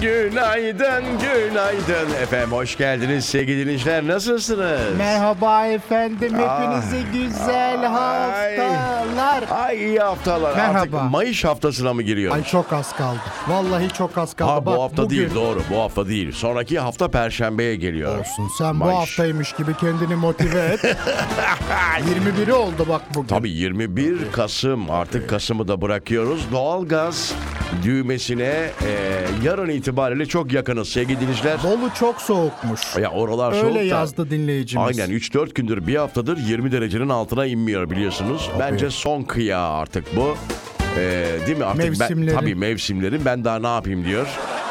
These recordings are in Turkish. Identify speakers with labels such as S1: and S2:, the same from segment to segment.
S1: Günaydın, günaydın. Efendim hoş geldiniz sevgili dinleyiciler. Nasılsınız?
S2: Merhaba efendim
S1: Ah.
S2: hepinize güzel
S1: Ay.
S2: haftalar.
S1: Ay iyi haftalar.
S2: Merhaba.
S1: Artık Mayış haftasına mı giriyor?
S2: Ay çok az kaldı. Vallahi çok az kaldı.
S1: Ha bu
S2: Bak,
S1: hafta
S2: bugün-
S1: değil doğru. Bu hafta değil. Sonraki hafta perşembeye geliyor.
S2: Olsun sen
S1: Mayış.
S2: bu haftaymış gibi kendini motive et. 21'i oldu bak bugün.
S1: Tabii 21 Kasım artık Kasım'ı da bırakıyoruz. Doğalgaz düğmesine e, yarın itibariyle çok yakınız sevgili dinleyiciler.
S2: Bolu çok soğukmuş.
S1: Ya oralar soğuk
S2: Öyle
S1: da-
S2: yazdı dinleyicimiz.
S1: Aynen 3-4 gündür bir haftadır 20 derecenin altına inmiyor biliyorsunuz. Bence son kıya artık bu. Ee, değil mi? Artık
S2: Mevsimlerin.
S1: Ben, tabii mevsimlerin ben daha ne yapayım diyor.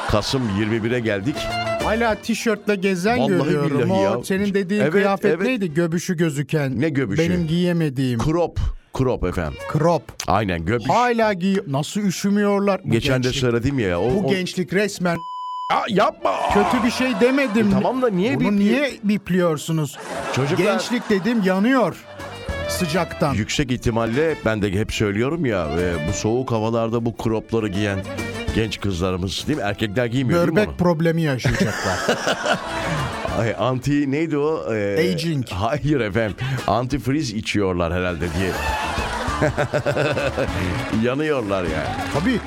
S1: Kasım 21'e geldik.
S2: Hala tişörtle gezen
S1: Vallahi
S2: görüyorum. O
S1: billahi ya.
S2: senin dediğin
S1: Evet,
S2: kıyafet
S1: evet.
S2: neydi? Göbüşü gözüken.
S1: Ne göbüşü?
S2: Benim giyemediğim.
S1: Krop. Krop efendim.
S2: Krop.
S1: Aynen göbüş.
S2: Hala giy. Nasıl üşümüyorlar? Bu
S1: Geçen de
S2: gençlik-
S1: söyledim ya. O,
S2: Bu
S1: o-
S2: gençlik resmen
S1: Aa, yapma.
S2: kötü bir şey demedim.
S1: E, Tamam da niye
S2: Bunu
S1: bir
S2: niye bipliyorsunuz?
S1: Çocuklar-
S2: Gençlik dedim yanıyor sıcaktan.
S1: Yüksek ihtimalle ben de hep söylüyorum ya e, bu soğuk havalarda bu kropları giyen genç kızlarımız değil mi? Erkekler giymiyor değil mi
S2: Böbrek problemi yaşayacaklar.
S1: onu? Ay, anti neydi o? Ee,
S2: Aging.
S1: Hayır efendim. Antifriz içiyorlar herhalde diye. Yanıyorlar yani.
S2: Tabii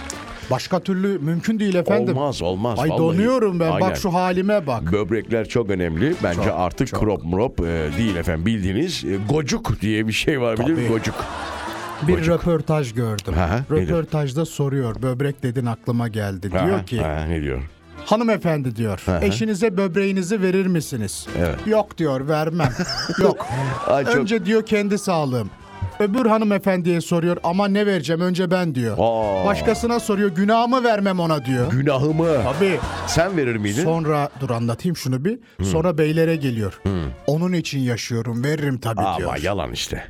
S2: başka türlü mümkün değil efendim.
S1: Olmaz olmaz.
S2: Ay
S1: vallahi.
S2: donuyorum ben
S1: Aynen.
S2: bak şu halime bak.
S1: Böbrekler çok önemli. Bence artık krop mrop e, değil efendim. Bildiğiniz e, gocuk diye bir şey var bilir mi?
S2: Tabii.
S1: Gocuk.
S2: Bir röportaj gördüm.
S1: Hı hı, nedir?
S2: Röportajda soruyor böbrek dedin aklıma geldi.
S1: Aha,
S2: Diyor ki
S1: aha, ne diyor?
S2: hanımefendi diyor eşinize böbreğinizi verir misiniz?
S1: Evet.
S2: Yok diyor vermem. Yok.
S1: Ay, çok-
S2: Önce diyor kendi sağlığım. Öbür hanımefendiye soruyor ama ne vereceğim önce ben diyor.
S1: Aa.
S2: Başkasına soruyor günahımı vermem ona diyor.
S1: Günahımı.
S2: Abi
S1: Sen verir miydin?
S2: sonra dur anlatayım şunu bir. Sonra beylere geliyor. Onun için yaşıyorum veririm tabii diyor.
S1: Ama yalan işte.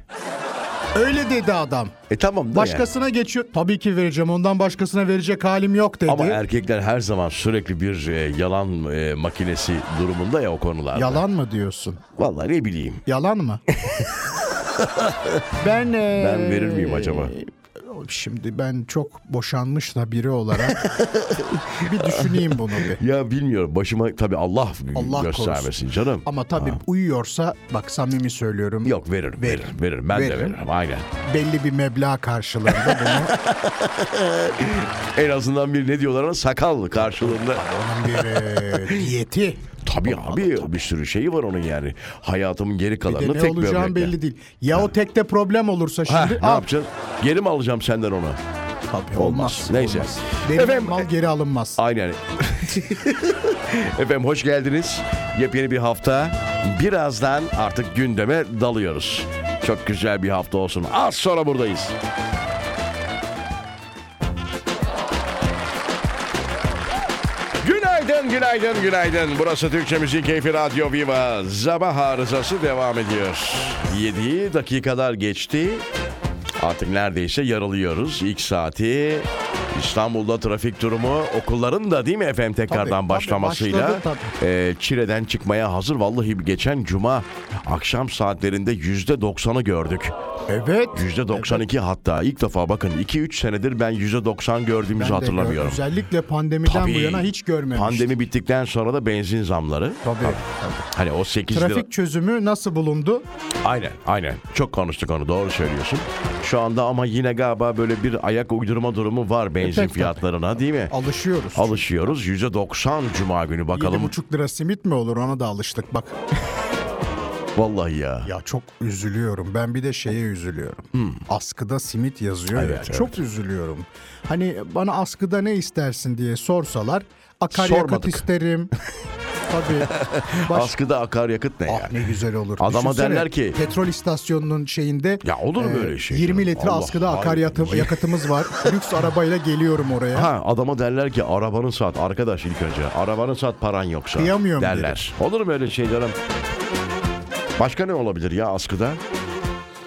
S2: Öyle dedi adam.
S1: E tamam da yani.
S2: Başkasına geçiyor. Tabii ki vereceğim ondan başkasına verecek halim yok dedi.
S1: Ama erkekler her zaman sürekli bir e, yalan e, makinesi durumunda ya o konularda.
S2: Yalan mı diyorsun?
S1: Vallahi ne bileyim.
S2: Yalan mı? ben e,
S1: Ben verir miyim acaba?
S2: Şimdi ben çok boşanmış da biri olarak bir düşüneyim bunu bir.
S1: Ya bilmiyorum başıma tabii Allah,
S2: Ee. Allah
S1: göstermesin
S2: korusun.
S1: canım.
S2: Ama tabii uyuyorsa bak samimi söylüyorum.
S1: Yok veririm
S2: Veririm.
S1: veririm veririm. Ben de
S2: Veririm.
S1: veririm aynen.
S2: Belli bir meblağ karşılığında bunu
S1: En azından bir ne diyorlar ona sakal karşılığında.
S2: onun bir e, diyeti.
S1: Tabii abi bir sürü şeyi var onun yani. Hayatımın geri
S2: Bir de
S1: kalanını
S2: ne
S1: tek
S2: olacağı
S1: böbrekle.
S2: belli değil. Ya o tekte problem olursa şimdi
S1: Heh, ne
S2: al.
S1: yapacaksın? Geri mi alacağım senden onu?
S2: Tabii
S1: Olmaz. Neyse.
S2: olmaz. Benim
S1: Efendim, e,
S2: mal geri alınmaz.
S1: Aynen. Efendim hoş geldiniz. Yepyeni bir hafta. Birazdan artık gündeme dalıyoruz. Çok güzel bir hafta olsun. Az sonra buradayız. Günaydın, günaydın, günaydın. Burası Türkçe Müzik Keyfi Radyo Viva. Sabah arızası devam ediyor. 7 dakikalar geçti. Artık neredeyse yarılıyoruz. İlk saati İstanbul'da trafik durumu okulların da değil mi efendim tekrardan
S2: tabii,
S1: başlamasıyla
S2: başladı tabii.
S1: e, çileden çıkmaya hazır. Vallahi geçen cuma akşam saatlerinde %90'ı gördük.
S2: Evet.
S1: %92 hatta ilk defa bakın 2-3 senedir ben %90 gördüğümüzü
S2: Ben de
S1: hatırlamıyorum.
S2: gör- Özellikle pandemiden bu
S1: Tabii.
S2: yana hiç görmemiştim.
S1: Pandemi bittikten sonra da benzin zamları.
S2: Tabii.
S1: Hani o 8 lira.
S2: Trafik çözümü nasıl bulundu?
S1: Aynen aynen. Çok konuştuk onu doğru söylüyorsun. Şu anda ama yine galiba böyle bir ayak uydurma durumu var benzin
S2: E, tabii.
S1: fiyatlarına değil mi?
S2: Alışıyoruz.
S1: Alışıyoruz. %90 cuma günü
S2: Yedi
S1: bakalım.
S2: buçuk lira simit mi olur ona da alıştık bak.
S1: Vallahi ya.
S2: Ya çok üzülüyorum. Ben bir de şeye üzülüyorum. Askıda simit yazıyor ya.
S1: Hmm. Evet,
S2: Çok üzülüyorum. Hani bana askıda ne istersin diye sorsalar akaryakıt
S1: Sormadık.
S2: isterim. Tabii. Baş-
S1: Askıda akaryakıt ne ya?
S2: Ah ne güzel olur.
S1: Adama derler ki-
S2: Petrol istasyonunun şeyinde
S1: Ya olur mu böyle şey
S2: 20
S1: canım?
S2: litre
S1: Allah
S2: askıda
S1: Allah.
S2: akaryakıt yakıtımız var. Lüks arabayla geliyorum oraya.
S1: Ha adama derler ki arabanı sat arkadaş ilk önce. Arabanı sat paran yoksa
S2: Kıyamıyorum
S1: derler. Olur mu öyle şey canım? Başka ne olabilir ya askıda?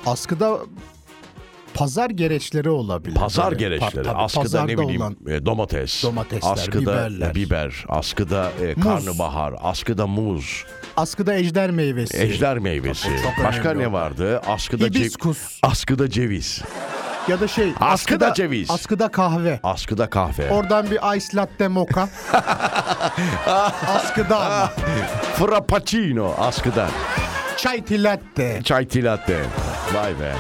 S2: Askıda pazar gereçleri olabilir.
S1: Pazar
S2: Böyle
S1: gereçleri.
S2: pa- tabii
S1: askıda ne
S2: pazarda
S1: bileyim
S2: olan.
S1: e, domates.
S2: Domatesler,
S1: askıda e,
S2: biberler.
S1: biber. Askıda e, karnabahar. Askıda muz.
S2: Askıda ejder meyvesi.
S1: Ejder meyvesi.
S2: Çok önemli
S1: Başka
S2: onlar.
S1: ne vardı? Askıda ce-
S2: Hibiskus.
S1: Askıda ceviz.
S2: Ya da şey
S1: Askıda ceviz.
S2: Askıda kahve.
S1: Askıda kahve.
S2: Oradan bir ice latte moka. askıda ama.
S1: Ah. Frappuccino askıda.
S2: Çay ti latte.
S1: Çay tea latte. Vay be.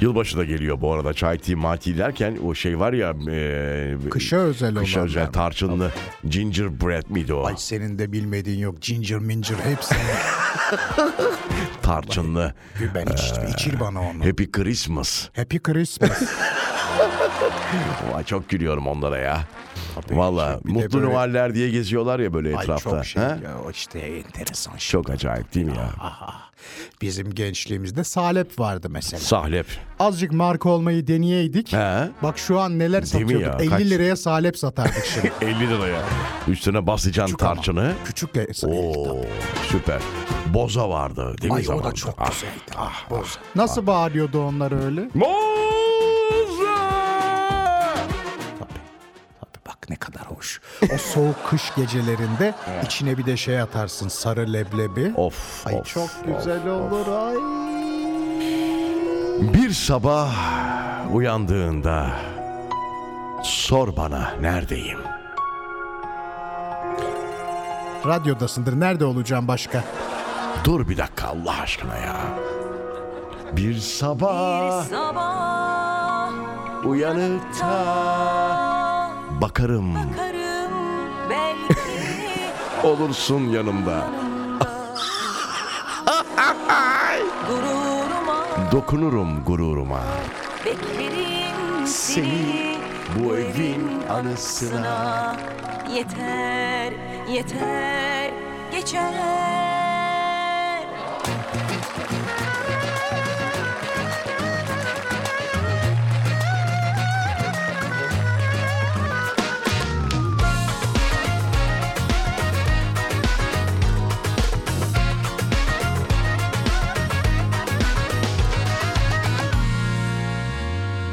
S1: Yılbaşı da geliyor bu arada. Çay tea mati derken o şey var ya. E,
S2: Kışa özel
S1: Kışa
S2: olan
S1: özel
S2: yani.
S1: tarçınlı gingerbread miydi o?
S2: Ay senin de bilmediğin yok. Ginger mincir hepsi.
S1: tarçınlı.
S2: ben içtim. İçir bana onu.
S1: Happy Christmas.
S2: Happy Christmas.
S1: Vay çok gülüyorum onlara ya. Valla
S2: bir de
S1: mutlu
S2: böyle-
S1: Noeller diye geziyorlar ya böyle
S2: Ay
S1: etrafta.
S2: çok şey
S1: ha?
S2: ya. Ah. O işte enteresan şey.
S1: Çok acayip değil mi ya?
S2: Aha. Bizim gençliğimizde salep vardı mesela.
S1: Sahlep.
S2: Azıcık marka olmayı deneyeydik.
S1: He?
S2: Bak şu an neler
S1: Değil mi
S2: satıyorduk.
S1: ya?
S2: 50
S1: Kaç-
S2: liraya salep satardık şimdi.
S1: 50 liraya. Üstüne basacaksın
S2: ama.
S1: tarçını.
S2: Küçük de
S1: Oo süper. Boza vardı değil mi
S2: Ay o
S1: zamanında?
S2: da çok
S1: Ah.
S2: güzeldi. Ah, boz. Nasıl bağırıyordu onlar öyle?
S1: Boza!
S2: Tabii bak ne kadar hoş. O soğuk kış gecelerinde içine bir de şey atarsın sarı leblebi.
S1: Of
S2: Ay
S1: of,
S2: çok
S1: of.
S2: güzel olur ay.
S1: Bir sabah uyandığında sor bana neredeyim?
S2: Radyodasındır. Nerede olacağım başka?
S1: Dur bir dakika Allah aşkına ya. Bir sabah
S3: Sabah
S1: uyanıp da bakarım
S3: karım belki
S1: olursun yanımda.
S3: gururuma
S1: Dokunurum gururuma.
S3: beklerim
S1: Seni
S3: seni
S1: bu evin anısına.
S3: yeter yeter geçer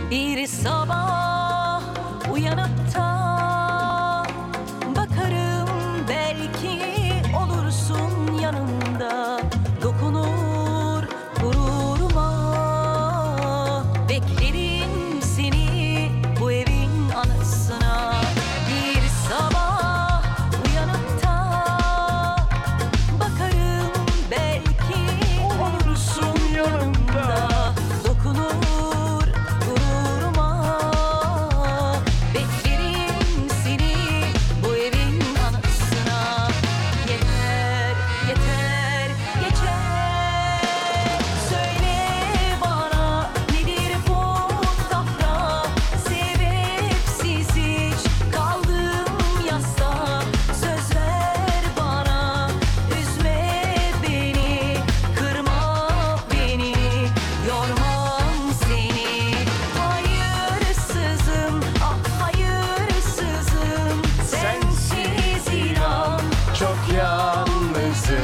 S3: Bir sabah uyanıp da bakarım belki olursun yanımda dokunur gururuma beklerim seni bu evin anasına bir sabah uyanıp da Bakarım belki olursun yanımda Dokunur gururuma Beklerim seni bu evin anasına Yeter yeter geçer Söyle bana nedir bu safra Sebepsiz hiç kaldım yasta Söz ver bana üzme beni Kırma beni yormam seni Hayırsızım ah hayırsızım Sensiz inan
S1: Çok yalnızım.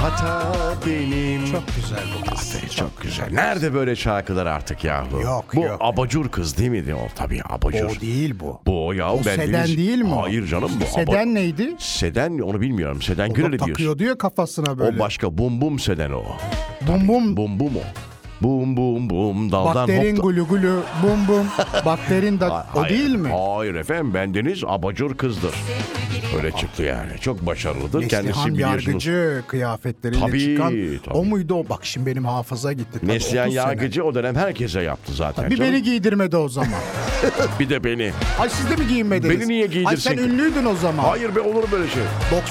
S1: Hata benim.
S2: Çok güzel bu.
S1: Aferin, çok güzel. Nerede böyle şarkılar artık yahu?
S2: Yok,
S1: Bu
S2: yok.
S1: abacur kız değil miydi? O tabii abacur.
S2: O değil bu.
S1: Bu o ya.
S2: O seden değil mi o?
S1: Hayır canım bu. aba-
S2: Seden neydi?
S1: Seden onu bilmiyorum. Seden
S2: Onu
S1: Gürel'i diyorsun.
S2: takıyordu ya kafasına böyle.
S1: O başka bum bum seden o.
S2: bum bum
S1: Bum bum o. Bum bum bum daldan
S2: Bakterin
S1: hop.
S2: gulu gulu bum bum. Bakterin da
S1: da-
S2: o
S1: Hayır,
S2: değil mi?
S1: Hayır efendim bendeniz abacur kızdır. Öyle çıktı yani. Çok başarılıdır. Kendisi
S2: Neslihan
S1: biliyorsunuz.
S2: Yargıcı kıyafetleriyle
S1: Tabii,
S2: çıkan
S1: tabii.
S2: o muydu o? Bak şimdi benim hafıza gitti. Tabii
S1: Neslihan
S2: 30 sene.
S1: Yargıcı o dönem herkese yaptı zaten.
S2: Bir
S1: canım.
S2: beni giydirmedi o zaman.
S1: Bir de beni.
S2: Ay siz de mi giyinmediniz?
S1: Beni niye giydirsin
S2: Ay sen
S1: ki?
S2: ünlüydün o zaman.
S1: Hayır be olur böyle şey.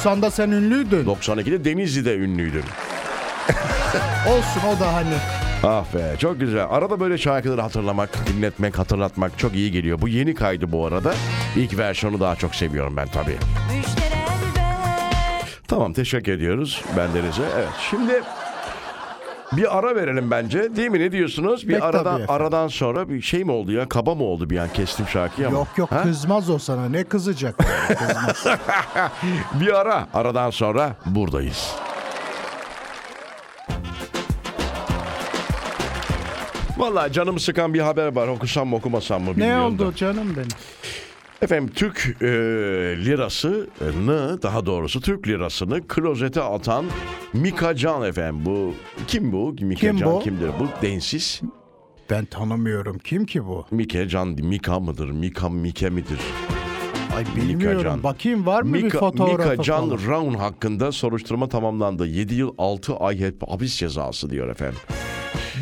S2: 90'da sen ünlüydün.
S1: 92'de Denizli'de ünlüydüm.
S2: Olsun o da hani.
S1: Ah be çok güzel. Arada böyle şarkıları hatırlamak, dinletmek, hatırlatmak çok iyi geliyor. Bu yeni kaydı bu arada. İlk versiyonu daha çok seviyorum ben tabii.
S3: Müjdeler ver
S1: Tamam teşekkür ediyoruz bendenize. Evet şimdi bir ara verelim bence değil mi ne diyorsunuz? Bir
S2: Pek
S1: aradan
S2: tabii efendim.
S1: aradan sonra bir şey mi oldu ya kaba mı oldu bir an kestim şarkıyı ama.
S2: Yok yok
S1: Ha?
S2: kızmaz o sana. Ne kızacak? Kızmaz.
S1: Bir ara aradan sonra buradayız. Vallahi canımı sıkan bir haber var. Okusam mı okumasam mı
S2: ne
S1: bilmiyorum da.
S2: oldu canım benim?
S1: Efendim Türk e, lirasını daha doğrusu Türk lirasını klozete atan Mika Can efendim bu kim bu Mika
S2: Kim
S1: Can
S2: bu?
S1: kimdir bu densiz
S2: Ben tanımıyorum. Kim ki bu?
S1: Mike Can, Mika mıdır? Mika Mike midir?
S2: Ay
S1: Mika
S2: bilmiyorum.
S1: Can.
S2: Bakayım var mı bir
S1: Mika,
S2: fotoğrafı
S1: Mika Can
S2: falan?
S1: Raun hakkında soruşturma tamamlandı. 7 yıl 6 ay hep hapis cezası diyor efendim.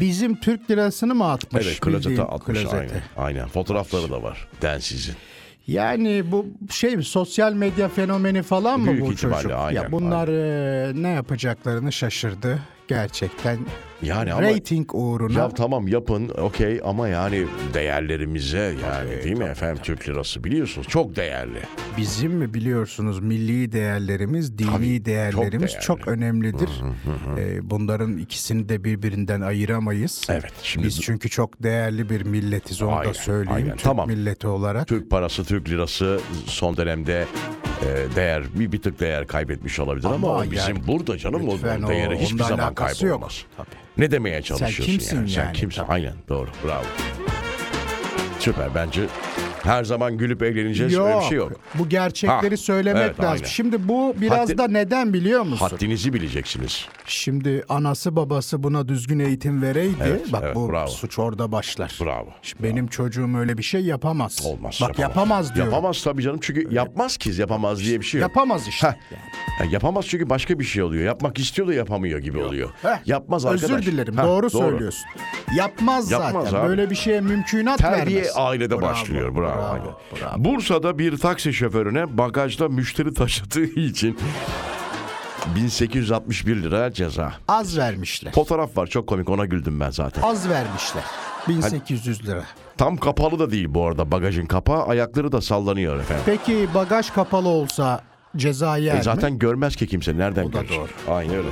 S2: Bizim Türk lirasını mı atmış?
S1: Evet klozete
S2: Bildiğin
S1: atmış
S2: klozete.
S1: aynen. Aynen fotoğrafları da var. Densizin.
S2: Yani bu şey mi, sosyal medya fenomeni falan mı
S1: Büyük
S2: bu
S1: ihtimalle,
S2: çocuk?
S1: aynen,
S2: ya bunlar e, ne yapacaklarını şaşırdı gerçekten.
S1: Yani ama...
S2: Rating uğruna.
S1: Ya tamam yapın okey ama yani değerlerimize yani değil mi efendim Türk lirası biliyorsunuz çok değerli.
S2: Bizim mi biliyorsunuz milli değerlerimiz, dini değerlerimiz
S1: değerli.
S2: çok, önemlidir. Ee, bunların ikisini de birbirinden ayıramayız.
S1: Evet, şimdi-
S2: Biz çünkü çok değerli bir milletiz onu
S1: Aynen,
S2: da söyleyeyim.
S1: aynen.
S2: Türk
S1: Tamam.
S2: milleti olarak.
S1: Türk parası Türk lirası son dönemde e, değer bir bir tık değer kaybetmiş olabilir ama,
S2: Ama
S1: o bizim
S2: yani
S1: burada canım o
S2: lütfen o-
S1: değeri hiçbir
S2: onunla
S1: zaman
S2: alakası yok.
S1: kaybolmaz.
S2: Tabii.
S1: Ne demeye çalışıyorsun
S2: kimsin
S1: yani? Sen
S2: yani,
S1: kimsin? Aynen doğru bravo. Süper bence her zaman gülüp eğleneceğiz öyle bir şey yok.
S2: Bu gerçekleri
S1: Ha,
S2: söylemek
S1: evet,
S2: lazım.
S1: aynen.
S2: Şimdi bu biraz
S1: Haddi-
S2: da neden biliyor musun?
S1: Haddinizi bileceksiniz.
S2: Şimdi anası babası buna düzgün eğitim vereydi.
S1: Evet,
S2: Bak
S1: evet,
S2: bu
S1: bravo.
S2: suç orada başlar.
S1: Bravo.
S2: Şimdi benim çocuğum öyle bir şey yapamaz.
S1: Olmaz.
S2: Bak yapamaz, diyorum.
S1: Yapamaz tabii canım çünkü yapmaz ki yapamaz diye bir şey yok.
S2: Yapamaz işte.
S1: Heh. Ya yapamaz çünkü başka bir şey oluyor. Yapmak istiyor da yapamıyor gibi oluyor.
S2: Heh,
S1: Yapmaz arkadaş.
S2: Özür dilerim.
S1: Heh,
S2: doğru, söylüyorsun. Yapmaz,
S1: Yapmaz
S2: zaten.
S1: abi.
S2: Böyle bir şeye mümkünat
S1: Terbiye
S2: vermez.
S1: ailede
S2: Bravo,
S1: başlıyor. Bravo. Aynen.
S2: Bravo. bravo.
S1: Bursa'da bir taksi şoförüne bagajda müşteri taşıdığı için 1861 lira ceza.
S2: Az vermişler.
S1: Fotoğraf var çok komik ona güldüm ben zaten.
S2: Az vermişler. 1800 lira.
S1: Tam kapalı da değil bu arada bagajın kapağı ayakları da sallanıyor efendim.
S2: Peki bagaj kapalı olsa ceza yer
S1: E
S2: mi?
S1: zaten görmez ki kimse nereden
S2: da
S1: görecek? Aynı öyle.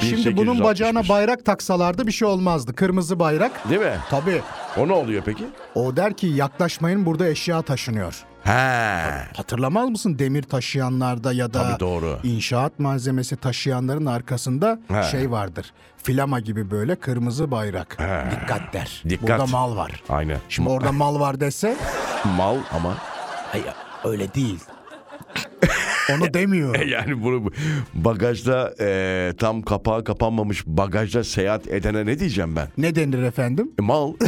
S2: Şimdi bunun
S1: 1861.
S2: bacağına bayrak taksalardı bir şey olmazdı. Kırmızı bayrak.
S1: Değil mi?
S2: Tabii.
S1: O ne oluyor peki?
S2: O der ki yaklaşmayın burada eşya taşınıyor.
S1: He.
S2: Hatırlamaz mısın demir taşıyanlarda ya da
S1: Tabii doğru.
S2: inşaat malzemesi taşıyanların arkasında
S1: He.
S2: şey vardır. Flama gibi böyle kırmızı bayrak. Dikkat der.
S1: Dikkat.
S2: Burada mal var.
S1: Aynen.
S2: Şimdi orada mal var dese
S1: Mal ama.
S2: hayır öyle değil. Onu demiyorum.
S1: Yani bunu bagajda e, tam kapağı kapanmamış bagajda seyahat edene ne diyeceğim ben?
S2: Ne denir efendim?
S1: E, mal.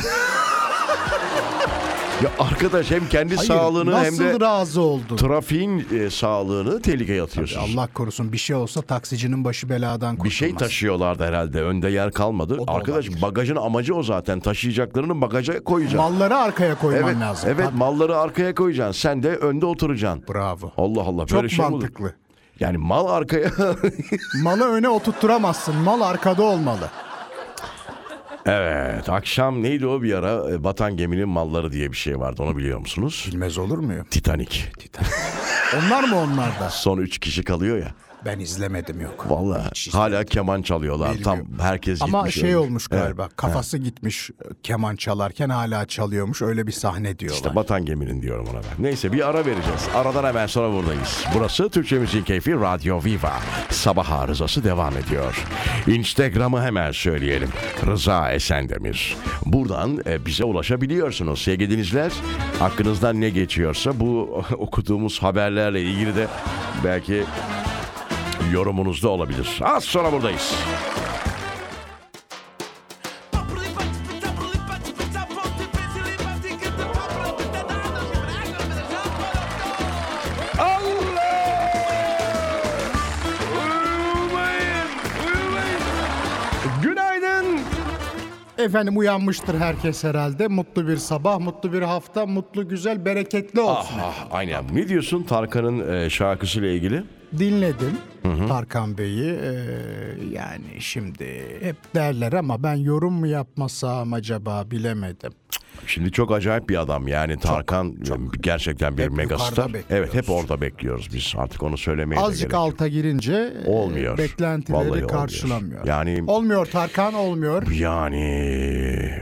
S1: ya arkadaş hem kendi
S2: Hayır,
S1: sağlığını hem
S2: nasıl
S1: de
S2: razı oldun?
S1: trafiğin e, sağlığını tehlikeye atıyorsun.
S2: Allah korusun bir şey olsa taksicinin başı beladan
S1: bir
S2: kurtulmaz.
S1: şey taşıyorlardı herhalde. Önde yer kalmadı.
S2: O da
S1: Arkadaş
S2: olabilir.
S1: bagajın amacı o zaten. Taşıyacaklarını bagaja koyacaksın.
S2: Malları arkaya koyman
S1: evet,
S2: lazım.
S1: evet
S2: Tabii.
S1: malları arkaya koyacaksın. Sen de önde oturacaksın.
S2: Bravo.
S1: Allah Allah böyle
S2: Çok
S1: şey mi olur?
S2: mantıklı.
S1: Yani mal arkaya
S2: Malı öne oturtturamazsın. Mal arkada olmalı.
S1: Evet akşam neydi o bir ara E, batan geminin malları diye bir şey vardı onu biliyor musunuz?
S2: Bilmez olur muyum?
S1: Titanic.
S2: Onlar mı onlar da?
S1: Son üç kişi kalıyor ya.
S2: Ben izlemedim yok.
S1: Valla hala keman çalıyorlar. Tam herkes
S2: Ama
S1: gitmiş.
S2: şey
S1: ölmüş.
S2: olmuş
S1: Evet.
S2: galiba. Kafası gitmiş e, keman çalarken hala çalıyormuş. Öyle bir sahne diyorlar.
S1: İşte batan geminin diyorum ona ben. Neyse bir ara vereceğiz. Aradan hemen sonra buradayız. Burası Türkçe Müziğin Keyfi Radyo Viva. Sabah arızası devam ediyor. Instagram'ı hemen söyleyelim. Rıza Esendemir. Buradan e, bize ulaşabiliyorsunuz. Sevgilinizler hakkınızdan ne geçiyorsa bu okuduğumuz haberlerle ilgili de belki yorumunuz da olabilir. Az sonra buradayız. Günaydın.
S2: Efendim uyanmıştır herkes herhalde. Mutlu bir sabah, mutlu bir hafta, mutlu güzel, bereketli olsun.
S1: Ah, ah, aynen. Ne diyorsun Tarkan'ın e, şarkısıyla ilgili?
S2: Dinledim Tarkan Bey'i. Ee, yani şimdi hep derler ama ben yorum mu yapmasam acaba bilemedim.
S1: Şimdi çok acayip bir adam yani Tarkan e, gerçekten bir
S2: Hep
S1: megastar.
S2: yukarıda bekliyoruz.
S1: Evet hep orada bekliyoruz biz artık onu söylemeye de
S2: Azıcık
S1: gerek yok.
S2: alta girince e,
S1: Olmuyor.
S2: beklentileri
S1: Vallahi olmuyor.
S2: karşılamıyor.
S1: Yani-
S2: olmuyor Tarkan olmuyor.
S1: Yani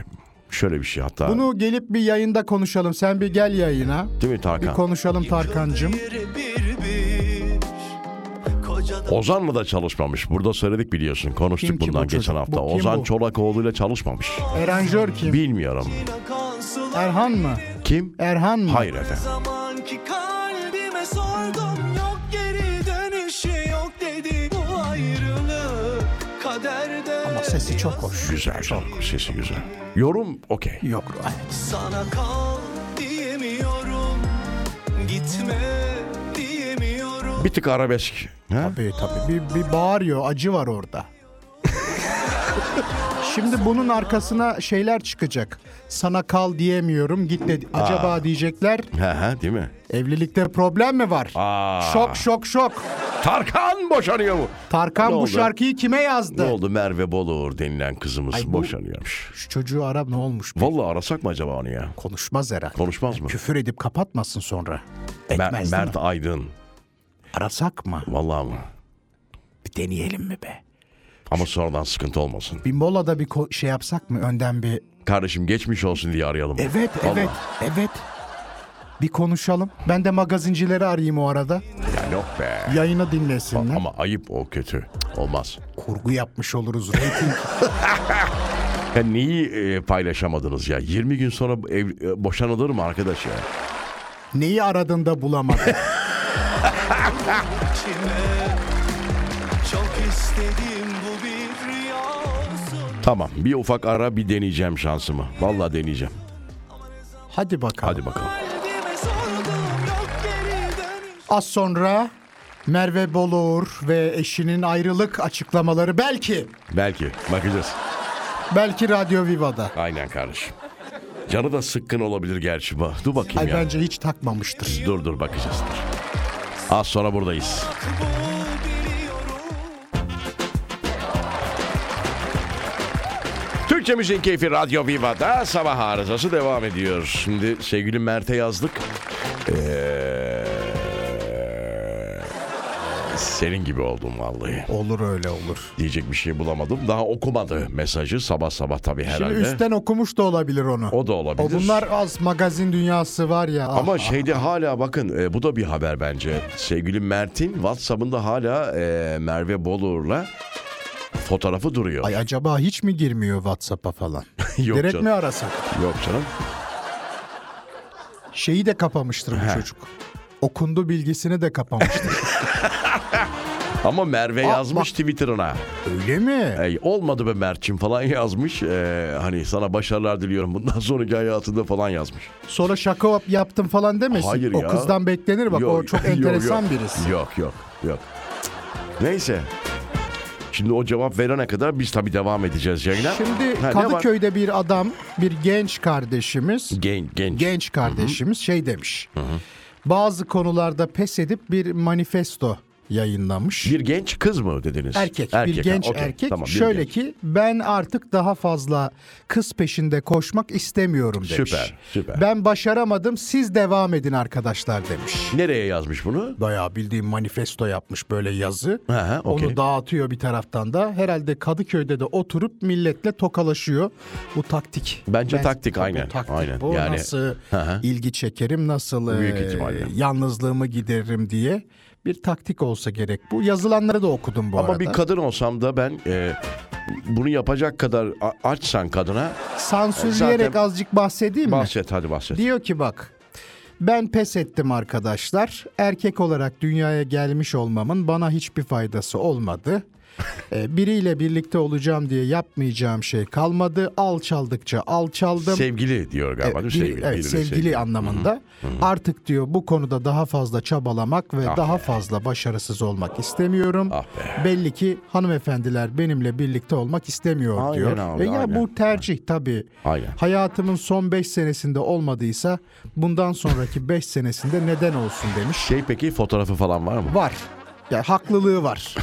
S1: şöyle bir şey hatta
S2: Bunu gelip bir yayında konuşalım. Sen bir gel yayına.
S1: değil mi
S2: Bir
S1: Tarkan?
S2: konuşalım Tarkancım.
S4: bir bir Koca
S1: Ozan'la da çalışmamış. Burada söyledik biliyorsun. Konuştuk
S2: Kim ki bu
S1: bundan geçen
S2: çocuk?
S1: hafta.
S2: Bu kim
S1: Ozan
S2: bu?
S1: Çolakoğlu ile çalışmamış.
S2: Eranjör kim?
S1: Bilmiyorum.
S4: akan sular
S2: Erhan mı?
S1: Kim?
S2: Erhan mı?
S1: Hayır efendim.
S4: Zaman ki kalbime sordum Yok geri dönüşü yok dedi Bu ayrılık kaderde
S2: Ama sesi çok hoş.
S1: Güzel canım, sesi güzel. Yorum okey.
S2: Yok evet.
S4: Sana kal diyemiyorum Gitme diyemiyorum
S1: Bir tık arabesk. Ha?
S2: Tabii tabii. Bir, bir bağırıyor. Acı var orada. Şimdi bunun arkasına şeyler çıkacak. Sana kal diyemiyorum. Git de acaba diyecekler.
S1: Ha, ha, değil mi?
S2: Evlilikte problem mi var?
S1: Aa.
S2: Şok şok şok.
S1: Tarkan boşanıyor mu?
S2: Tarkan
S1: Ne
S2: bu
S1: oldu?
S2: şarkıyı kime
S1: Ne
S2: yazdı?
S1: oldu Merve Boluğur denilen kızımız
S2: Ay bu-
S1: boşanıyormuş.
S2: Şu çocuğu ara ne olmuş?
S1: Vallahi arasak mı acaba onu ya?
S2: Konuşmaz herhalde.
S1: Konuşmaz mı?
S2: Küfür edip kapatmasın sonra.
S1: Mer-
S2: Etmez değil mi?
S1: Mert Aydın.
S2: Arasak mı?
S1: Vallahi mı?
S2: Bir deneyelim mi be?
S1: Ama sonradan sıkıntı olmasın.
S2: Bir molada bir ko- şey yapsak mı? Önden bir...
S1: Kardeşim geçmiş olsun diye arayalım.
S2: Evet,
S1: Vallahi.
S2: evet, evet. Bir konuşalım. Ben de magazincileri arayayım o arada.
S1: Ya yok be.
S2: Yayını dinlesinler.
S1: Ama ayıp o kötü. Olmaz.
S2: Kurgu yapmış oluruz. Rating.
S1: Ya neyi e, paylaşamadınız ya? 20 gün sonra ev, e, boşanılır mı arkadaş ya?
S2: Neyi aradığında bulamadı.
S4: içime Çok istediğim bu bir rüya olsun
S1: Tamam bir ufak ara bir deneyeceğim şansımı. Vallahi deneyeceğim.
S2: Hadi bakalım.
S1: Hadi bakalım.
S4: Kalbime sordum yok geri dönüş
S2: Az sonra Merve Bolur ve eşinin ayrılık açıklamaları belki
S1: Belki bakacağız.
S2: belki Radyo Viva'da.
S1: Aynen kardeşim. Canı da sıkkın olabilir gerçi. Ba- Dur bakayım
S2: Ay
S1: ya.
S2: bence hiç takmamıştır.
S1: Dur dur bakacağız. Dur. Az sonra buradayız.
S4: Bu biliyorum
S1: Türkçe Müziğin Keyfi Radyo Viva'da sabah arızası devam ediyor. Şimdi sevgili Mert'e yazdık. Ee, senin gibi oldum vallahi.
S2: Olur öyle olur.
S1: Diyecek bir şey bulamadım. Daha okumadı mesajı sabah sabah tabii
S2: Şimdi
S1: herhalde.
S2: üstten okumuş da olabilir onu.
S1: O da
S2: O
S1: olabilir.
S2: bunlar az magazin dünyası var ya. ah,
S1: Ama şeyde hala bakın e, bu da bir haber bence. Sevgili Mert'in WhatsApp'ında hala e, Merve Bolur'la fotoğrafı duruyor.
S2: Ay acaba hiç mi girmiyor WhatsApp'a falan?
S1: Yok
S2: Direkt
S1: canım.
S2: mi arasak?
S1: Yok canım.
S2: Şeyi de kapamıştır bu çocuk. Okundu bilgisini de kapamıştır.
S1: Ama Merve
S2: Aa,
S1: yazmış
S2: bak.
S1: Twitter'ına.
S2: Öyle mi?
S1: Ey, olmadı be Mert'cim falan yazmış. E, hani sana başarılar diliyorum bundan sonraki hayatında falan yazmış.
S2: Sonra şaka yap- yaptım falan demesin.
S1: Hayır
S2: o
S1: ya.
S2: kızdan beklenir bak o
S1: Yok,
S2: çok
S1: yok,
S2: enteresan
S1: yok.
S2: birisi.
S1: Yok yok yok. Neyse. Şimdi o cevap verene kadar biz tabii devam edeceğiz yayına.
S2: Şimdi
S1: Ha, ne var?
S2: Kadıköy'de bir adam, bir genç kardeşimiz,
S1: Gen, genç.
S2: genç kardeşimiz şey demiş. Bazı konularda pes edip bir manifesto yayınlamış.
S1: Bir genç kız mı dediniz?
S2: Erkek, bir
S1: ha,
S2: genç
S1: okey.
S2: erkek.
S1: Tamam, bir
S2: Şöyle
S1: genç.
S2: ki ben artık daha fazla kız peşinde koşmak istemiyorum demiş.
S1: Süper, süper.
S2: Ben başaramadım siz devam edin arkadaşlar demiş.
S1: Nereye yazmış bunu?
S2: Bayağı bildiğim manifesto yapmış böyle yazı.
S1: Ha, ha, okey.
S2: Onu dağıtıyor bir taraftan da. Herhalde Kadıköy'de de oturup milletle tokalaşıyor. Bu taktik.
S1: Bence
S2: Ben-
S1: taktik,
S2: bu
S1: aynen,
S2: taktik
S1: aynen.
S2: Bu
S1: Yani-
S2: nasıl
S1: Ha, ha.
S2: ilgi çekerim, nasıl
S1: Büyük
S2: e,
S1: ihtimalle.
S2: yalnızlığımı gideririm diye bir taktik olsa gerek. Bu yazılanları da okudum bu
S1: Ama
S2: arada.
S1: bir kadın olsam da ben e, bunu yapacak kadar a- açsan kadına
S2: Sansürleyerek
S1: Zaten-
S2: azıcık bahsedeyim mi?
S1: bahset hadi bahset.
S2: Diyor ki bak ben pes ettim arkadaşlar. Erkek olarak dünyaya gelmiş olmamın bana hiçbir faydası olmadı. Ee, Biriyle birlikte olacağım diye yapmayacağım şey kalmadı. Alçaldıkça alçaldım.
S1: Sevgili diyor galiba.
S2: Evet,
S1: değil mi?
S2: biri- E, evet,
S1: birileri
S2: sevgili anlamında. Artık diyor bu konuda daha fazla çabalamak ve daha fazla başarısız olmak istemiyorum.
S1: Ah be.
S2: Belli ki hanımefendiler benimle birlikte olmak istemiyor
S1: Aynen
S2: diyor.
S1: abi,
S2: e ya
S1: aynen.
S2: bu tercih tabii.
S1: Aynen.
S2: Hayatımın son 5 senesinde olmadıysa bundan sonraki 5 senesinde neden olsun demiş.
S1: Şey peki fotoğrafı falan var mı?
S2: Var. Ya haklılığı var.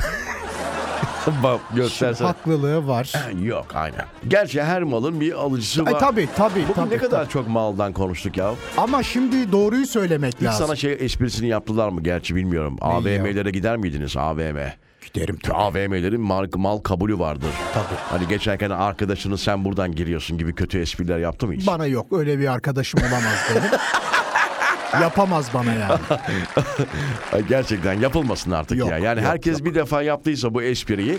S1: Bak göstersen.
S2: haklılığı var.
S1: Yok aynen. Gerçi her malın bir alıcısı var.
S2: Ay E, tabii tabii
S1: Bugün
S2: tabii.
S1: ne kadar çok maldan konuştuk ya.
S2: tabii. Ama şimdi doğruyu söylemek
S1: Hiç
S2: lazım.
S1: sana şey esprisini yaptılar mı? Gerçi bilmiyorum. AVM'lere gider miydiniz? AVM.
S2: Giderim
S1: Şu AVM'lerin mal, mal kabulü vardır.
S2: Tabii.
S1: Hani geçerken arkadaşını sen buradan giriyorsun gibi kötü espriler yaptı mı hiç?
S2: Bana yok öyle bir arkadaşım olamaz benim. Yapamaz bana yani.
S1: Ay, Gerçekten yapılmasın artık
S2: Yok,
S1: ya. Yani
S2: yok,
S1: herkes bir defa yaptıysa bu espriyi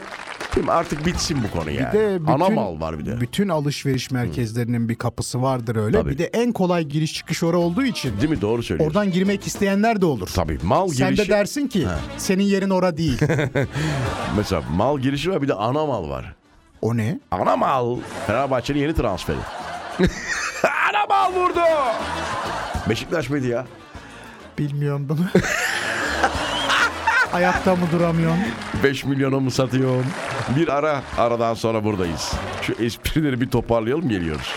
S1: değil mi? artık bitsin bu konu yani.
S2: Bir de bütün,
S1: Ana mal var bir de.
S2: Bütün alışveriş merkezlerinin bir kapısı vardır öyle.
S1: Tabii.
S2: Bir de en kolay giriş çıkış orası olduğu için
S1: Değil mi? Doğru söylüyorsun.
S2: oradan girmek isteyenler de olur.
S1: Tabii mal
S2: Sen
S1: girişi
S2: de dersin ki senin yerin ora değil.
S1: mesela mal girişi var bir de ana mal var.
S2: O ne?
S1: Anamal. Fenerbahçe'nin yeni transferi. Anamal vurdu. Beşiktaş mıydı ya?
S2: Bilmiyorum bunu. Ayakta mı duramıyorsun?
S1: 5 milyona mı satıyorum? Bir ara. Aradan sonra buradayız. Şu esprileri bir toparlayalım geliyoruz.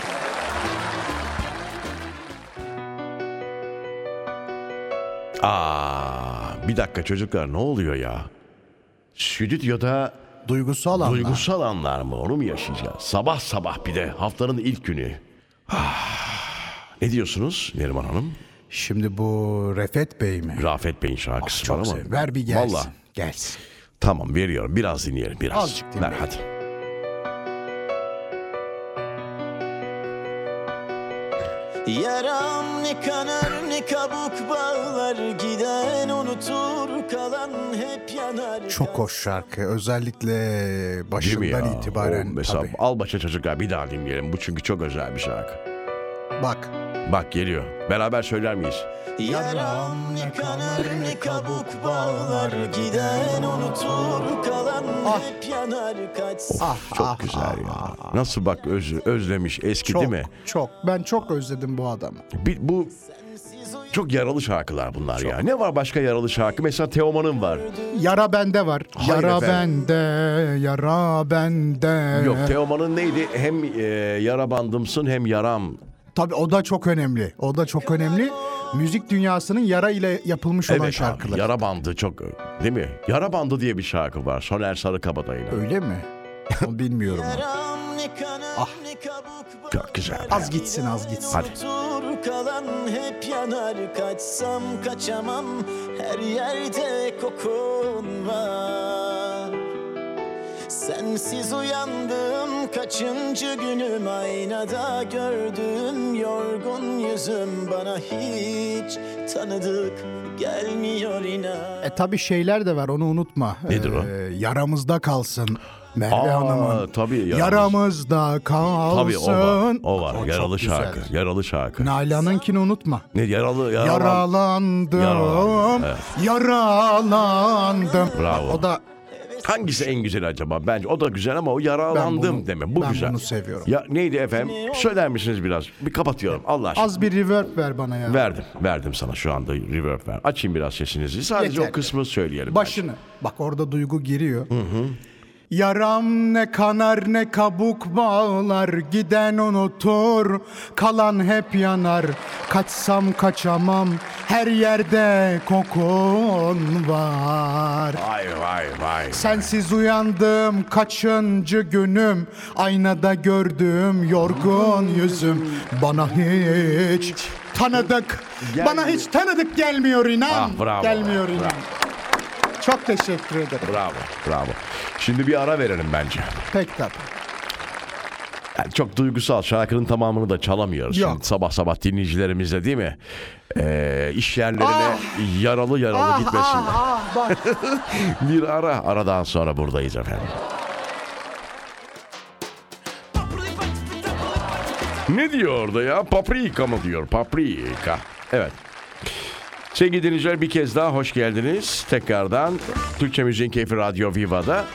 S1: Aa, bir dakika çocuklar ne oluyor ya? Stüdyoda
S2: Duygusal anlar.
S1: duygusal anlar mı onu mu yaşayacağız? Sabah sabah bir de haftanın ilk günü. Ah, ne diyorsunuz Neriman Hanım?
S2: Şimdi bu Refet Bey mi?
S1: Rafet Bey'in şarkısı var
S2: Ah, Çok
S1: ama.
S2: sev. Ver bir gelsin.
S1: Vallahi.
S2: Gelsin.
S1: Tamam veriyorum. Biraz dinleyelim biraz.
S2: Azıcık dinleyelim.
S1: Ver hadi.
S4: Yaram ne kanar ne kabuk bağlar Giden unutur kalan hep yanar
S2: Çok hoş şarkı. Özellikle
S1: Değil mi
S2: başından
S1: ya? O
S2: itibaren
S1: mesela
S2: tabii.
S1: al başa çocuklar bir daha dinleyelim. Bu çünkü çok özel bir şarkı.
S2: Bak.
S1: Bak geliyor. Beraber söyler miyiz?
S4: Yaram ne kanar ne kabuk bağlar Giden Ah! unutur kalan hep yanar kaçsın
S2: Ah,
S1: Çok
S2: ah,
S1: güzel
S2: ah,
S1: ya.
S2: ah.
S1: Nasıl bak öz, özlemiş eski
S2: Çok,
S1: değil mi?
S2: Çok. Ben çok özledim bu adamı.
S1: Bir, bu çok yaralı şarkılar bunlar ya. Ne var başka yaralı şarkı? Mesela Teoman'ın var.
S2: Yara bende var.
S1: Hayır
S2: yara
S1: efendim.
S2: bende, yara bende.
S1: Yok Teoman'ın neydi? Hem e, yara bandımsın hem yaram.
S2: Tabii o da çok önemli. O da çok önemli. Müzik dünyasının yara ile yapılmış olan
S1: abi,
S2: şarkılar.
S1: yara bandı çok değil mi? Yara bandı diye bir şarkı var. Soner Sarıkabadayı'nın.
S2: Öyle mi? Onu bilmiyorum.
S4: Yaram ne kanar ne kabuk bağlar
S1: Çok güzel.
S2: Ah, az gitsin az gitsin.
S1: Hadi.
S4: Unutur kalan hep yanar Kaçsam kaçamam her yerde kokun var Sensiz uyandım kaçıncı günüm Aynada gördüğüm yorgun yüzüm Bana hiç tanıdık gelmiyor inan
S2: E tabii şeyler de var onu unutma. E,
S1: Nedir o?
S2: Yaramızda kalsın. Merve
S1: Aa,
S2: Hanım'ın.
S1: tabii, yaramız.
S2: Yaramızda kalsın.
S1: Tabii o var. O var.
S2: çok
S1: yaralı
S2: güzel.
S1: şarkı. Yaralı şarkı.
S2: Nalan'ınkini unutma.
S1: Ne yaralı yaralı.
S2: Yaralandım.
S1: Yaralandım, evet.
S2: Yaralandım.
S1: Bravo.
S2: O da
S1: Hangisi en güzel acaba? Bence o da güzel ama o yaralandım
S2: Ben bunu-
S1: deme. Bu
S2: ben
S1: güzel.
S2: bunu seviyorum.
S1: Ya neydi efendim? Söyler misiniz biraz? Bir kapatıyorum Allah aşkına.
S2: az bir reverb ver bana ya.
S1: Verdim. Verdim sana şu anda reverb ver. Açayım biraz sesinizi. Sadece
S2: Yeter.
S1: o kısmı söyleyelim.
S2: Başını. Bak orada duygu giriyor. Yaram ne kanar ne kabuk bağlar Giden unutur kalan hep yanar Kaçsam kaçamam her yerde kokun var
S1: Vay vay vay.
S2: Sensiz uyandım kaçıncı günüm Aynada gördüm yorgun yüzüm Bana hiç tanıdık Bana hiç tanıdık gelmiyor inan
S1: Ah, bravo.
S2: Gelmiyor inan
S1: Bravo.
S2: Çok teşekkür ederim
S1: Bravo. Bravo. Şimdi bir ara verelim bence.
S2: Pek tabii
S1: Yani çok duygusal. Şarkının tamamını da çalamıyoruz.
S2: Yok.
S1: Şimdi sabah sabah dinleyicilerimizle değil mi? Ee, iş yerlerine yaralı yaralı gitmesinler.
S2: ah bak
S1: Bir ara. Aradan sonra buradayız efendim. Ne diyor orada ya? Paprika mı diyor? Paprika. Evet. Sevgili dinleyiciler bir kez daha hoş geldiniz. Tekrardan Türkçe Müziğin Keyfi Radyo Viva'da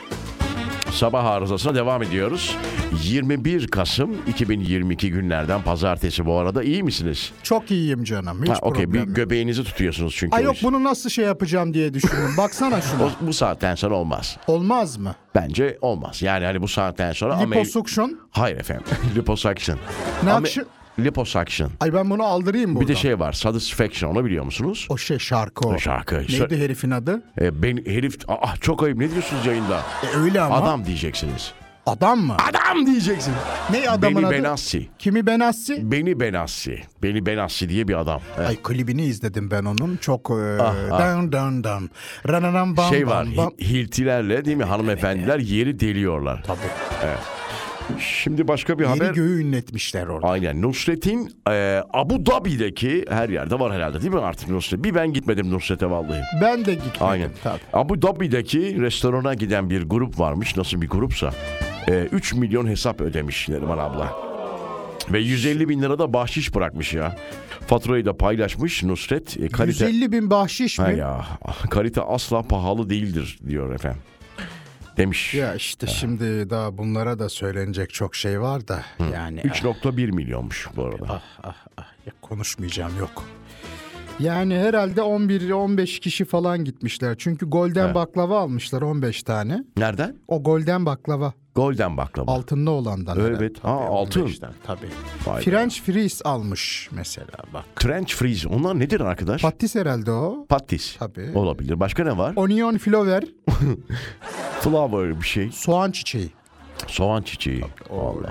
S1: sabah arızasına devam ediyoruz. 21 Kasım 2022 günlerden pazartesi bu arada. iyi misiniz?
S2: Çok iyiyim canım hiç
S1: Ha, okey. Bir
S2: problem yok.
S1: göbeğinizi tutuyorsunuz çünkü.
S2: Ay
S1: o
S2: yok
S1: iş.
S2: bunu nasıl şey yapacağım diye düşündüm Baksana şuna
S1: O- bu saatten sonra olmaz.
S2: olmaz mı?
S1: Bence olmaz. Yani hani bu saatten sonra... ama-
S2: Liposuction
S1: Hayır efendim. liposuction.
S2: Ne
S1: Ama-
S2: yapışı-
S1: Liposuction.
S2: Ay ben bunu aldırayım
S1: Bir
S2: buradan
S1: de şey var. Satisfaction onu biliyor musunuz?
S2: O şey şarkı o.
S1: O şarkı.
S2: Neydi herifin adı?
S1: E, ben herif ah çok ayıp ne diyorsunuz yayında?
S2: E, öyle ama.
S1: Adam diyeceksiniz.
S2: Adam mı?
S1: Adam diyeceksin.
S2: Ne adamın
S1: Beni
S2: adı?
S1: Benassi.
S2: Kimi Benassi?
S1: Beni Benassi. Beni Benassi diye bir adam. Evet.
S2: Ay klibini izledim ben onun. Çok e, dan dan dan. Rananan bam
S1: şey
S2: bam
S1: var.
S2: bam.
S1: hi- Hiltilerle değil mi hanımefendiler yeri deliyorlar. Tabii. Şimdi başka bir
S2: Yeni
S1: haber.
S2: göğü ünletmişler orada.
S1: Aynen. Nusret'in e, Abu Dhabi'deki her yerde var herhalde değil mi artık Nusret? Bir ben gitmedim Nusret'e vallahi.
S2: Ben de gitmedim
S1: Aynen.
S2: tabii.
S1: Abu Dhabi'deki restorana giden bir grup varmış. Nasıl bir grupsa. Ee, 3 milyon hesap ödemiş Neriman abla. Ve 150 bin lira da bahşiş bırakmış ya. Faturayı da paylaşmış Nusret. E, kalite...
S2: 150 bin bahşiş
S1: Ha
S2: mi?
S1: ya, kalite asla pahalı değildir diyor efendim. demiş.
S2: Ya işte şimdi daha bunlara da söylenecek çok şey var da yani. ah,
S1: 3.1 milyonmuş bu arada.
S2: Ya konuşmayacağım yok. Yani herhalde 11-15 kişi falan gitmişler. Çünkü golden baklava almışlar 15 tane.
S1: Nereden?
S2: O golden baklava
S1: Golden baklava.
S2: altında olandan. herhalde.
S1: Evet. Ha, altın.
S2: 15 tane, Tabii.
S1: Vay be.
S2: French fries almış mesela bak.
S1: Trench freeze. Onlar nedir arkadaş?
S2: Patis herhalde o.
S1: Patis.
S2: Tabii.
S1: Olabilir. Başka ne var?
S2: Onion flower,
S1: Flower bir şey.
S2: soğan çiçeği.
S1: Soğan çiçeği.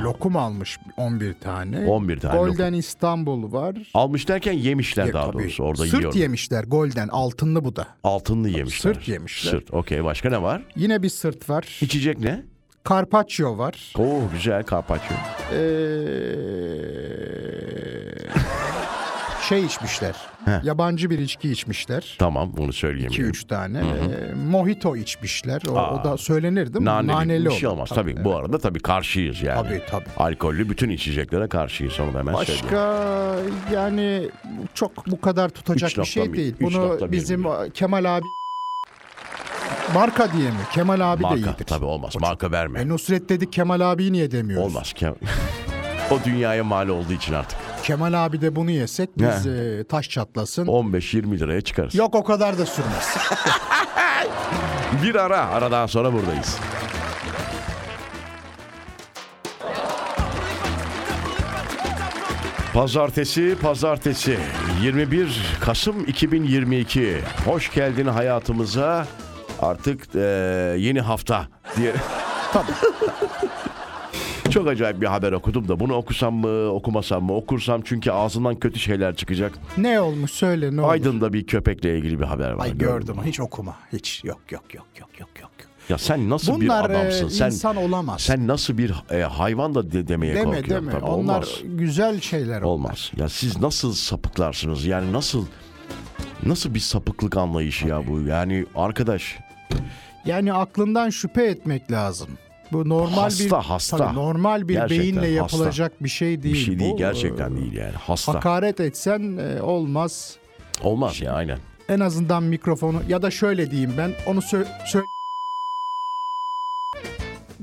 S2: Lokum almış 11 tane.
S1: 11 tane
S2: Golden İstanbul var.
S1: Almış derken yemişler
S2: Ya
S1: daha
S2: tabii,
S1: doğrusu. Orada
S2: Sırt
S1: yiyorlar.
S2: yemişler golden altınlı bu da.
S1: Altınlı yemişler.
S2: sırt yemişler.
S1: Sırt. Okey. Başka ne var?
S2: Yine bir sırt var.
S1: İçecek ne?
S2: Carpaccio var.
S1: Oo güzel karpaccio.
S2: Ee, şey içmişler. Yabancı bir içki içmişler.
S1: Tamam bunu söyleyeyim.
S2: 2-3 tane. Ee, mojito içmişler. O, o da söylenir değil mi?
S1: Naneli,
S2: Naneli
S1: bir şey
S2: olur.
S1: olmaz. Tabii, bu arada tabii karşıyız yani.
S2: Tabii, tabii.
S1: Alkollü bütün içeceklere karşıyız onu da hemen söyleyeyim.
S2: Başka yani çok bu kadar tutacak
S1: Üç
S2: bir
S1: nokta
S2: şey
S1: bir-
S2: değil.
S1: üç nokta bir
S2: Bunu bizim Kemal abi marka diye mi? Kemal abi de
S1: Marka
S2: iyidir.
S1: tabii olmaz.
S2: O çok-
S1: Marka verme.
S2: E Nusret dedi Kemal abi niye demiyoruz?
S1: Olmaz. Ke- o dünyaya mal olduğu için artık.
S2: Kemal abi de bunu yesek biz e, taş çatlasın.
S1: 15-20 liraya çıkarız.
S2: Yok o kadar da sürmez.
S1: Bir ara. Aradan sonra buradayız. Pazartesi, pazartesi. 21 Kasım 2022. Hoş geldin hayatımıza. Artık eee, yeni hafta diye. Çok acayip bir haber okudum da bunu okusam mı okumasam mı okursam çünkü ağzından kötü şeyler çıkacak.
S2: ne olmuş söyle ne oldu?
S1: Aydın'da bir köpekle ilgili bir haber var.
S2: Ay
S1: Gördün mü?
S2: gördüm hiç okuma. Hiç yok yok yok yok yok yok.
S1: Ya sen nasıl
S2: Bunlar
S1: bir
S2: e,
S1: adamsın? Sen
S2: insan olamaz.
S1: Sen nasıl bir e, hayvan da de, demeye
S2: deme
S1: korkuyorum.
S2: deme.
S1: tabii.
S2: Onlar
S1: Olmaz.
S2: güzel şeyler.
S1: Olmaz. Ya siz nasıl sapıklarsınız? Yani nasıl nasıl bir sapıklık anlayışı ya bu? Yani arkadaş
S2: Yani aklından şüphe etmek lazım. Bu normal
S1: Hasta,
S2: bir
S1: hasta.
S2: Tabii normal bir
S1: Gerçekten
S2: beyinle
S1: hasta.
S2: yapılacak bir şey değil
S1: bir şey değil
S2: bu.
S1: gerçekten
S2: Ee,
S1: değil yani. Hasta.
S2: Hakaret etsen e, olmaz.
S1: Olmaz ya aynen.
S2: En azından mikrofonu ya da şöyle diyeyim ben onu sö- sö-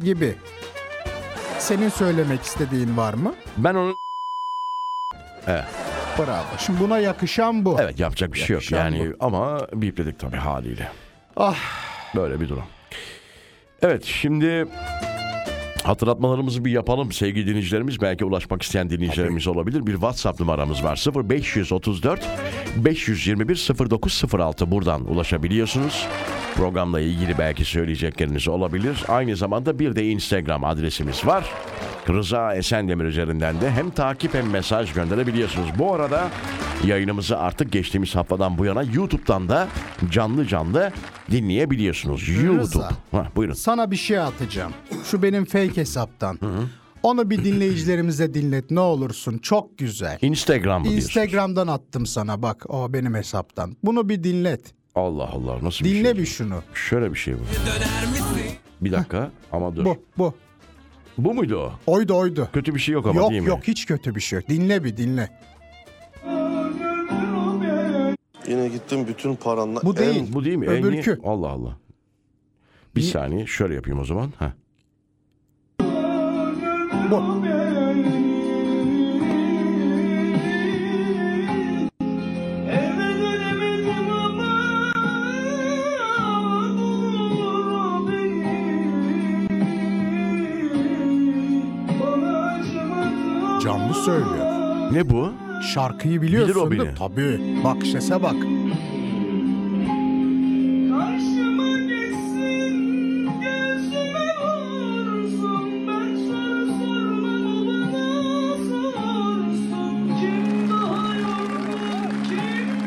S2: gibi. Senin söylemek istediğin var mı?
S1: Ben onu
S2: Bravo. Şimdi buna yakışan bu.
S1: evet yapacak bir şey yok
S2: Yakışan
S1: yani ama bipledik tabii haliyle.
S2: Ah
S1: Böyle bir durum. Evet şimdi hatırlatmalarımızı bir yapalım sevgili dinleyicilerimiz. Belki ulaşmak isteyen dinleyicilerimiz olabilir. Bir WhatsApp numaramız var 0534 521 0906 buradan ulaşabiliyorsunuz. Programla ilgili belki söyleyecekleriniz olabilir. Aynı zamanda bir de Instagram adresimiz var. Rıza Esendemir üzerinden de hem takip hem mesaj gönderebiliyorsunuz. Bu arada yayınımızı artık geçtiğimiz haftadan bu yana YouTube'dan da canlı canlı dinleyebiliyorsunuz. YouTube. Ha, buyurun.
S2: sana bir şey atacağım. Şu benim fake hesaptan. Onu bir dinleyicilerimize dinlet ne olursun. Çok güzel.
S1: Instagram mı diyorsunuz?
S2: Instagram'dan attım sana bak. O benim hesaptan. Bunu bir dinlet.
S1: Allah Allah nasıl bir şey?
S2: Dinle bir şunu.
S1: Şöyle bir şey bu. Bir dakika ama dur.
S2: Bu bu.
S1: Bu muydu o?
S2: Oydu oydu.
S1: Kötü bir şey yok ama
S2: Yok
S1: değil mi?
S2: yok hiç kötü bir şey yok. Dinle bir dinle.
S5: Yine gittim bütün paranla
S2: Bu
S5: en
S2: değil.
S1: Bu değil mi? En
S2: Öbürkü.
S1: iyi- Allah Allah. Bir saniye şöyle yapayım o zaman. Ha.
S2: Bu. Canlı söylüyor.
S1: Ne bu?
S2: Şarkıyı biliyorsun
S1: Bilir o
S2: değil mi?
S1: beni.
S2: Tabii. Bak sese bak.
S6: Karşıma geçsin, gözüme vursun. Ben sana sormam, o bana sorsun. Kim daha yorgun, kim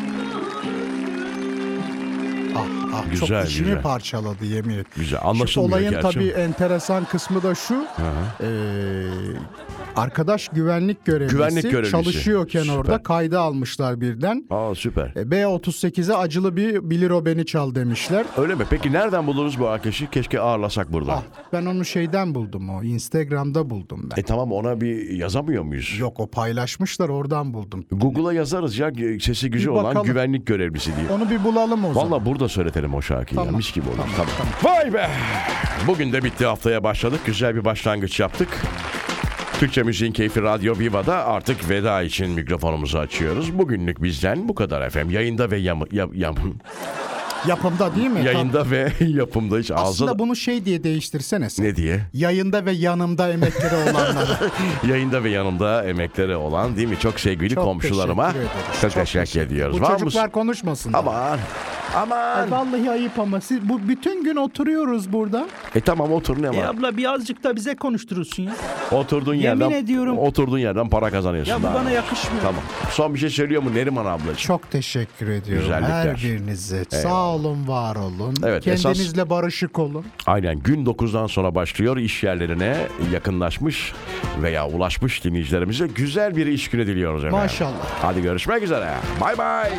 S6: daha
S2: Ah ah
S1: Güzel,
S2: çok içimi
S1: güzel.
S2: parçaladı yemin et.
S1: Güzel,
S2: Şu
S1: anlaşılmıyor
S2: Olayın
S1: gerçi
S2: tabii
S1: ama.
S2: enteresan kısmı da şu. eee, Ee, Arkadaş güvenlik görevlisi,
S1: Güvenlik görevlisi.
S2: çalışıyorken
S1: Süper.
S2: orada kayda almışlar birden.
S1: Aa süper.
S2: E, B38'e acılı bir bilir o beni çal demişler.
S1: Öyle mi? Peki nereden buluruz bu arkadaşı? Keşke ağırlasak burada.
S2: Ah, ben onu şeyden buldum o. Instagram'da buldum ben.
S1: E tamam ona bir yazamıyor muyuz?
S2: Yok o paylaşmışlar oradan buldum.
S1: Google'a yazarız ya sesi gücü
S2: Bir
S1: olan
S2: bakalım.
S1: güvenlik görevlisi diye.
S2: Onu bir bulalım o zaman.
S1: Valla burada söyletelim o şarkıyı. ya,
S2: Tamam.
S1: mis gibi olur. Tamam. Vay be! Bugün de bitti haftaya başladık. Güzel bir başlangıç yaptık. Türkçe Müziğin Keyfi Radyo Viva'da artık veda için mikrofonumuzu açıyoruz. Bugünlük bizden bu kadar efendim. Yayında ve yam, yam- yam-
S2: Yapımda değil mi?
S1: yayında ve yapımda hiç
S2: Tamam.
S1: ağza
S2: Aslında bunu şey diye değiştirsene sen.
S1: ne diye?
S2: Yayında ve yanımda emekleri olanlara.
S1: Yayında ve yanımda emekleri olan değil mi? Çok sevgili
S2: Çok
S1: komşularıma
S2: teşekkür ederiz.
S1: çok
S2: Çok
S1: teşekkür
S2: teşekkür-
S1: ediyoruz.
S2: Bu
S1: Var
S2: çocuklar
S1: mısın?
S2: konuşmasın. E,
S1: Aman. Aman.
S2: Vallahi ayıp ama siz bu bütün gün oturuyoruz burada.
S1: E tamam otur ne var?
S7: E abla birazcık da bize konuşturursun ya.
S1: Oturduğun
S7: Yemin
S1: yerden
S7: ediyorum.
S1: oturduğun yerden para kazanıyorsun.
S7: Ya bu
S1: daha.
S7: bana yakışmıyor.
S1: Tamam. Son bir şey söylüyor mu Neriman ablacığım?
S2: Çok teşekkür ediyorum
S1: Güzellikler.
S2: her birinize. Sağ olun, var olun.
S1: Evet, esas-
S2: Kendinizle barışık olun.
S1: Aynen gün 9'dan sonra başlıyor iş yerlerine yakınlaşmış veya ulaşmış dinleyicilerimize güzel bir iş günü diliyoruz efendim.
S2: Maşallah.
S1: Hadi görüşmek üzere. Bay bay.